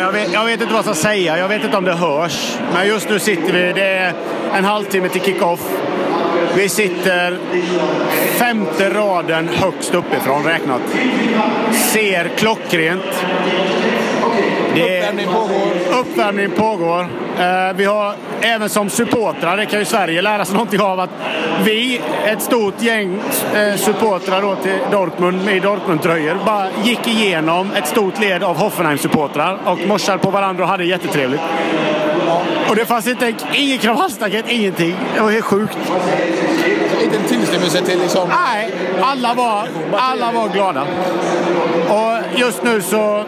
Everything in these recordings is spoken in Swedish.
jag vet inte vad jag ska säga. Jag vet inte om det hörs. Men just nu sitter vi. Det är en halvtimme till kick-off. Vi sitter femte raden högst uppifrån räknat. Ser klockrent. Det är- Uppvärmning pågår. Uppvärmning pågår. Eh, Vi har även som supportrar, det kan ju Sverige lära sig någonting av, att vi, ett stort gäng eh, supportrar då till Dortmund i Dortmund-tröjor, bara gick igenom ett stort led av Hoffenheim-supportrar och morsade på varandra och hade jättetrevligt. Och det fanns inte, ingen kravallstaket, ingenting. Det var helt sjukt. Inte en tillstymmelse till liksom... Nej, alla var, alla var glada. Och just nu så...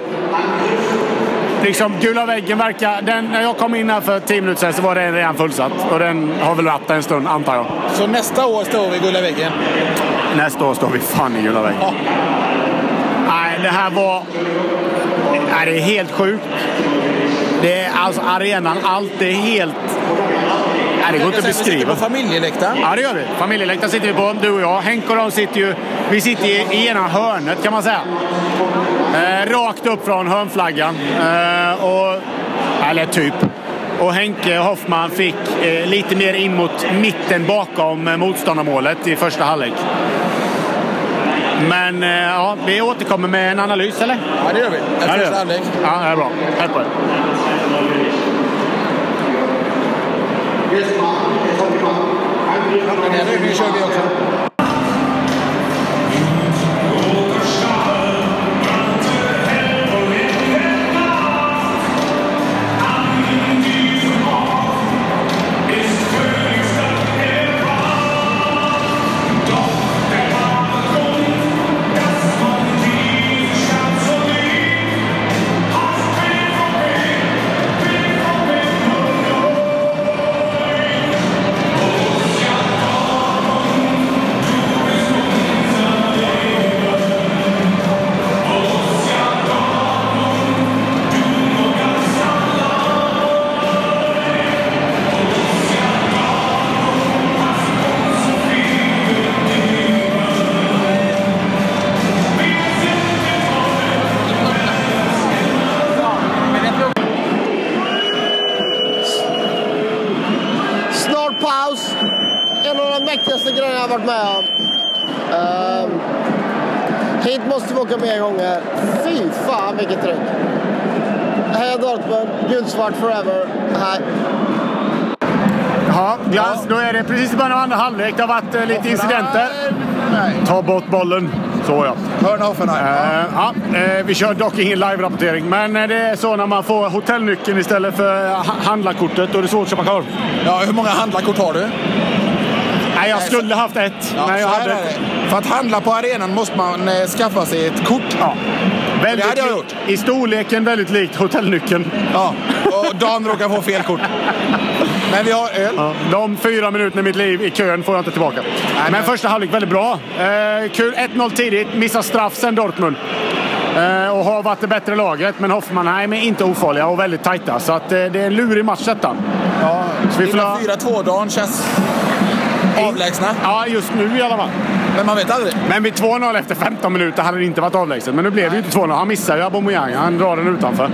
Liksom gula väggen verkar... Den, när jag kom in här för 10 minuter sedan så var den redan fullsatt. Och den har väl varit en stund, antar jag. Så nästa år står vi i gula väggen. Nästa år står vi fan i gula väggen. Ja. Nej, det här var... Nej, det är helt sjukt. Det är alltså arenan, allt det är helt... Nej, det går inte att Vi sitter beskriva. på familjeläktaren. Ja, det gör vi. Familjeläktaren sitter vi på, du och jag. Henke och de sitter ju... Vi sitter i, i ena hörnet, kan man säga. Eh, rakt upp från hörnflaggan. Eh, och, eller typ. Och Henke Hoffman fick eh, lite mer in mot mitten bakom eh, motståndarmålet i första halvlek. Men eh, ja, vi återkommer med en analys, eller? Ja, det gör vi. En det gör första vi. halvlek. Ja, det är bra. Hej på er. Den här övningen kör vi också. Snart paus. En av de mäktigaste grejerna jag har varit med om. Ehm, hit måste vi åka mer gånger. Fy fan vilket tryck. Heja Dortmund, gulsvart forever. Hej. Ja, Glans, då är det precis i början av andra halvlek. Det har varit eh, lite incidenter. Nej. Ta bort bollen. Så ja. Hörna Hoffenheim. Eh, ja, eh, vi kör dock ingen live-rapportering, men eh, det är så när man får hotellnyckeln istället för eh, ha- handlarkortet. Då är det svårt att köpa korv. Ja, hur många handlarkort har du? Nej, jag skulle haft ett, Ja, men jag så här hade är ett. det. För att handla på arenan måste man eh, skaffa sig ett kort. Ja. Väldigt hade jag lik- gjort. I storleken väldigt likt hotellnyckeln. Ja. Och Dan råkar få fel kort. Men vi har öl. Ja. De fyra minuterna i mitt liv i kön får jag inte tillbaka. men, men- första halvlek väldigt bra. Eh, kul. 1-0 tidigt, missar straff sen Dortmund. Eh, och har varit det bättre laget, men Hoffmanheim är inte ofarliga och väldigt tajta. Så att, eh, det är en lurig match detta. Ja. Så vi får Innan ha- 4-2 dagen känns avlägsna. Ja, just nu i alla fall. Men man vet aldrig. Men vid 2-0 efter 15 minuter hade det inte varit avlägset. Men nu blev det ju inte 2-0. Han missar ju Aubameyang. Han drar den utanför.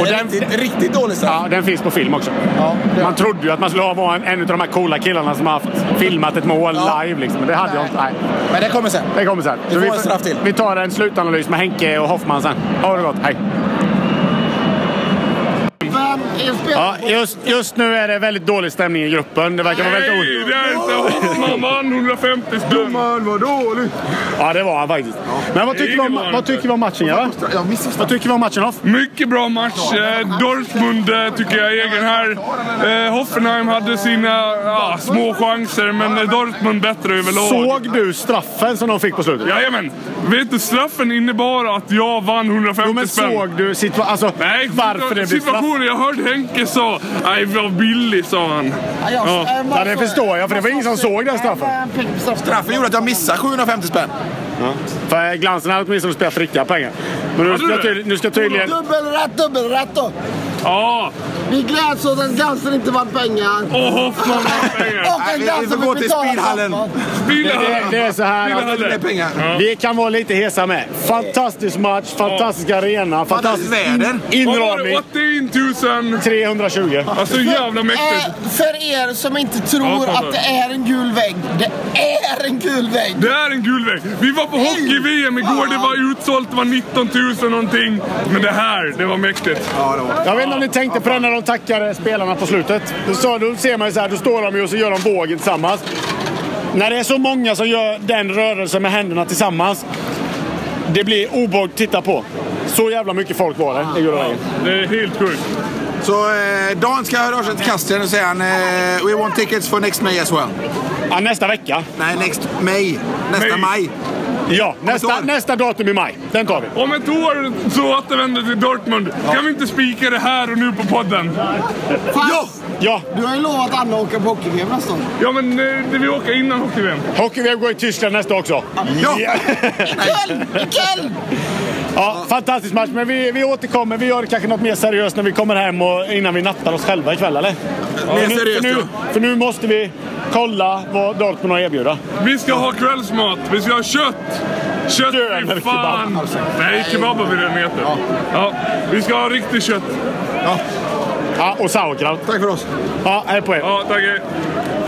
Och Det är den, riktigt, riktigt dålig straff. ja, den finns på film också. Ja, det- Man trodde ju att man skulle vara en, en av de här coola killarna som har haft, filmat ett mål Ja. live. Liksom. Men det hade jag inte. Nej. Men det kommer sen. Det kommer sen. Du Så får vi, en straff till. vi tar en slutanalys med Henke och Hoffman sen. Ha det gott. Hej. Vem är Ja, spelare? just, just nu är det väldigt dålig stämning i gruppen. Det verkar vara väldigt Nej, oroligt. det är inte Hoffman vann 150 spänn. Ja, det var han faktiskt. Men vad tycker vi om, vad tycker vi om matchen, Gerhard? Jag missförstår. Vad tycker vi om matchen, Hoff? Mycket bra match. Eh, Dortmund eh, tycker jag är egen här. Eh, Hoffenheim hade sina ja, små chanser, men eh, Dortmund bättre överlag. Såg du straffen som de fick på slutet? Jajamän! Vet du, straffen innebar att jag vann 150 Jo men spänn. såg du situa- alltså, Nej, varför det blev straff? situationen. Jag hörde Henke sa nej, det var billig, sa han. Ja, det förstår jag, för det var ingen som såg den straffen. Straffen gjorde att jag missade 750 spänn. För Glansen hade åtminstone spelat för riktiga pengar. Men nu Hade ska, du det? tydligen, nu ska tydligen... Dubbelrätt, dubbelrätt då. Ja, Vi gläds åt att Gansen inte vann pengar. och Hoffman har pengar. Och Nej, att vi- vi Gansen får gå fick till betala spelhallen. pappan. Spilla Det, det är så här att Det är pengar. vi kan vara lite hesa med. Fantastisk match, fantastisk arena, fantastisk väder. Vad var det? inramning. 81 000. 320. Alltså jävla mäktigt. Eh, För er som inte tror Ja, att det är en gul vägg. Det är en gul vägg. Det är en gul vägg. Vi var på hockey-VM igår, det var utsålt, det var 19 000 någonting. Men det här, det var mäktigt. Ja, det var. Jag vet inte om ni tänkte på det när de tackade spelarna på slutet. Då, sa- då ser man ju så här, då står de ju och så gör de vågen tillsammans. När det är så många som gör den rörelsen med händerna tillsammans. Det blir obehagligt att titta på. Så jävla mycket folk var det i Gula vägen. Det är helt sjukt. Så eh, Dan ska höra av sig till Kasten och säga han, eh, We want tickets for next May as well. Ja, nästa vecka. Nej, next May. Nästa May. maj. Ja, nästa, år. nästa datum i maj. Den tar vi. Om ett år så återvänder till Dortmund. Kan vi inte spika det här och nu på podden? Fan, Ja! Ja, Du har ju lovat Anna att åka på hockey-VM nästa år. Ja, men eh, det vi åker innan hockey-VM. hockey-VM går i Tyskland nästa också. Ja! Ikväll! Ikväll! Ja, fantastisk match, men vi, vi återkommer. Vi gör kanske något mer seriöst när vi kommer hem och innan vi nattar oss själva ikväll, eller? Mer Nu- seriöst för, nu, nu. för nu måste vi kolla vad Dortmund har att erbjuda. Vi ska ha kvällsmat. Vi ska ha kött. Kött Döner, är fan... kebab. Nej, kebab har vi redan ätit. Ja, vi ska ha riktigt kött. Ja, och sauerkraut. Tack för oss. Ja, hej på er. Ja, tack. hej.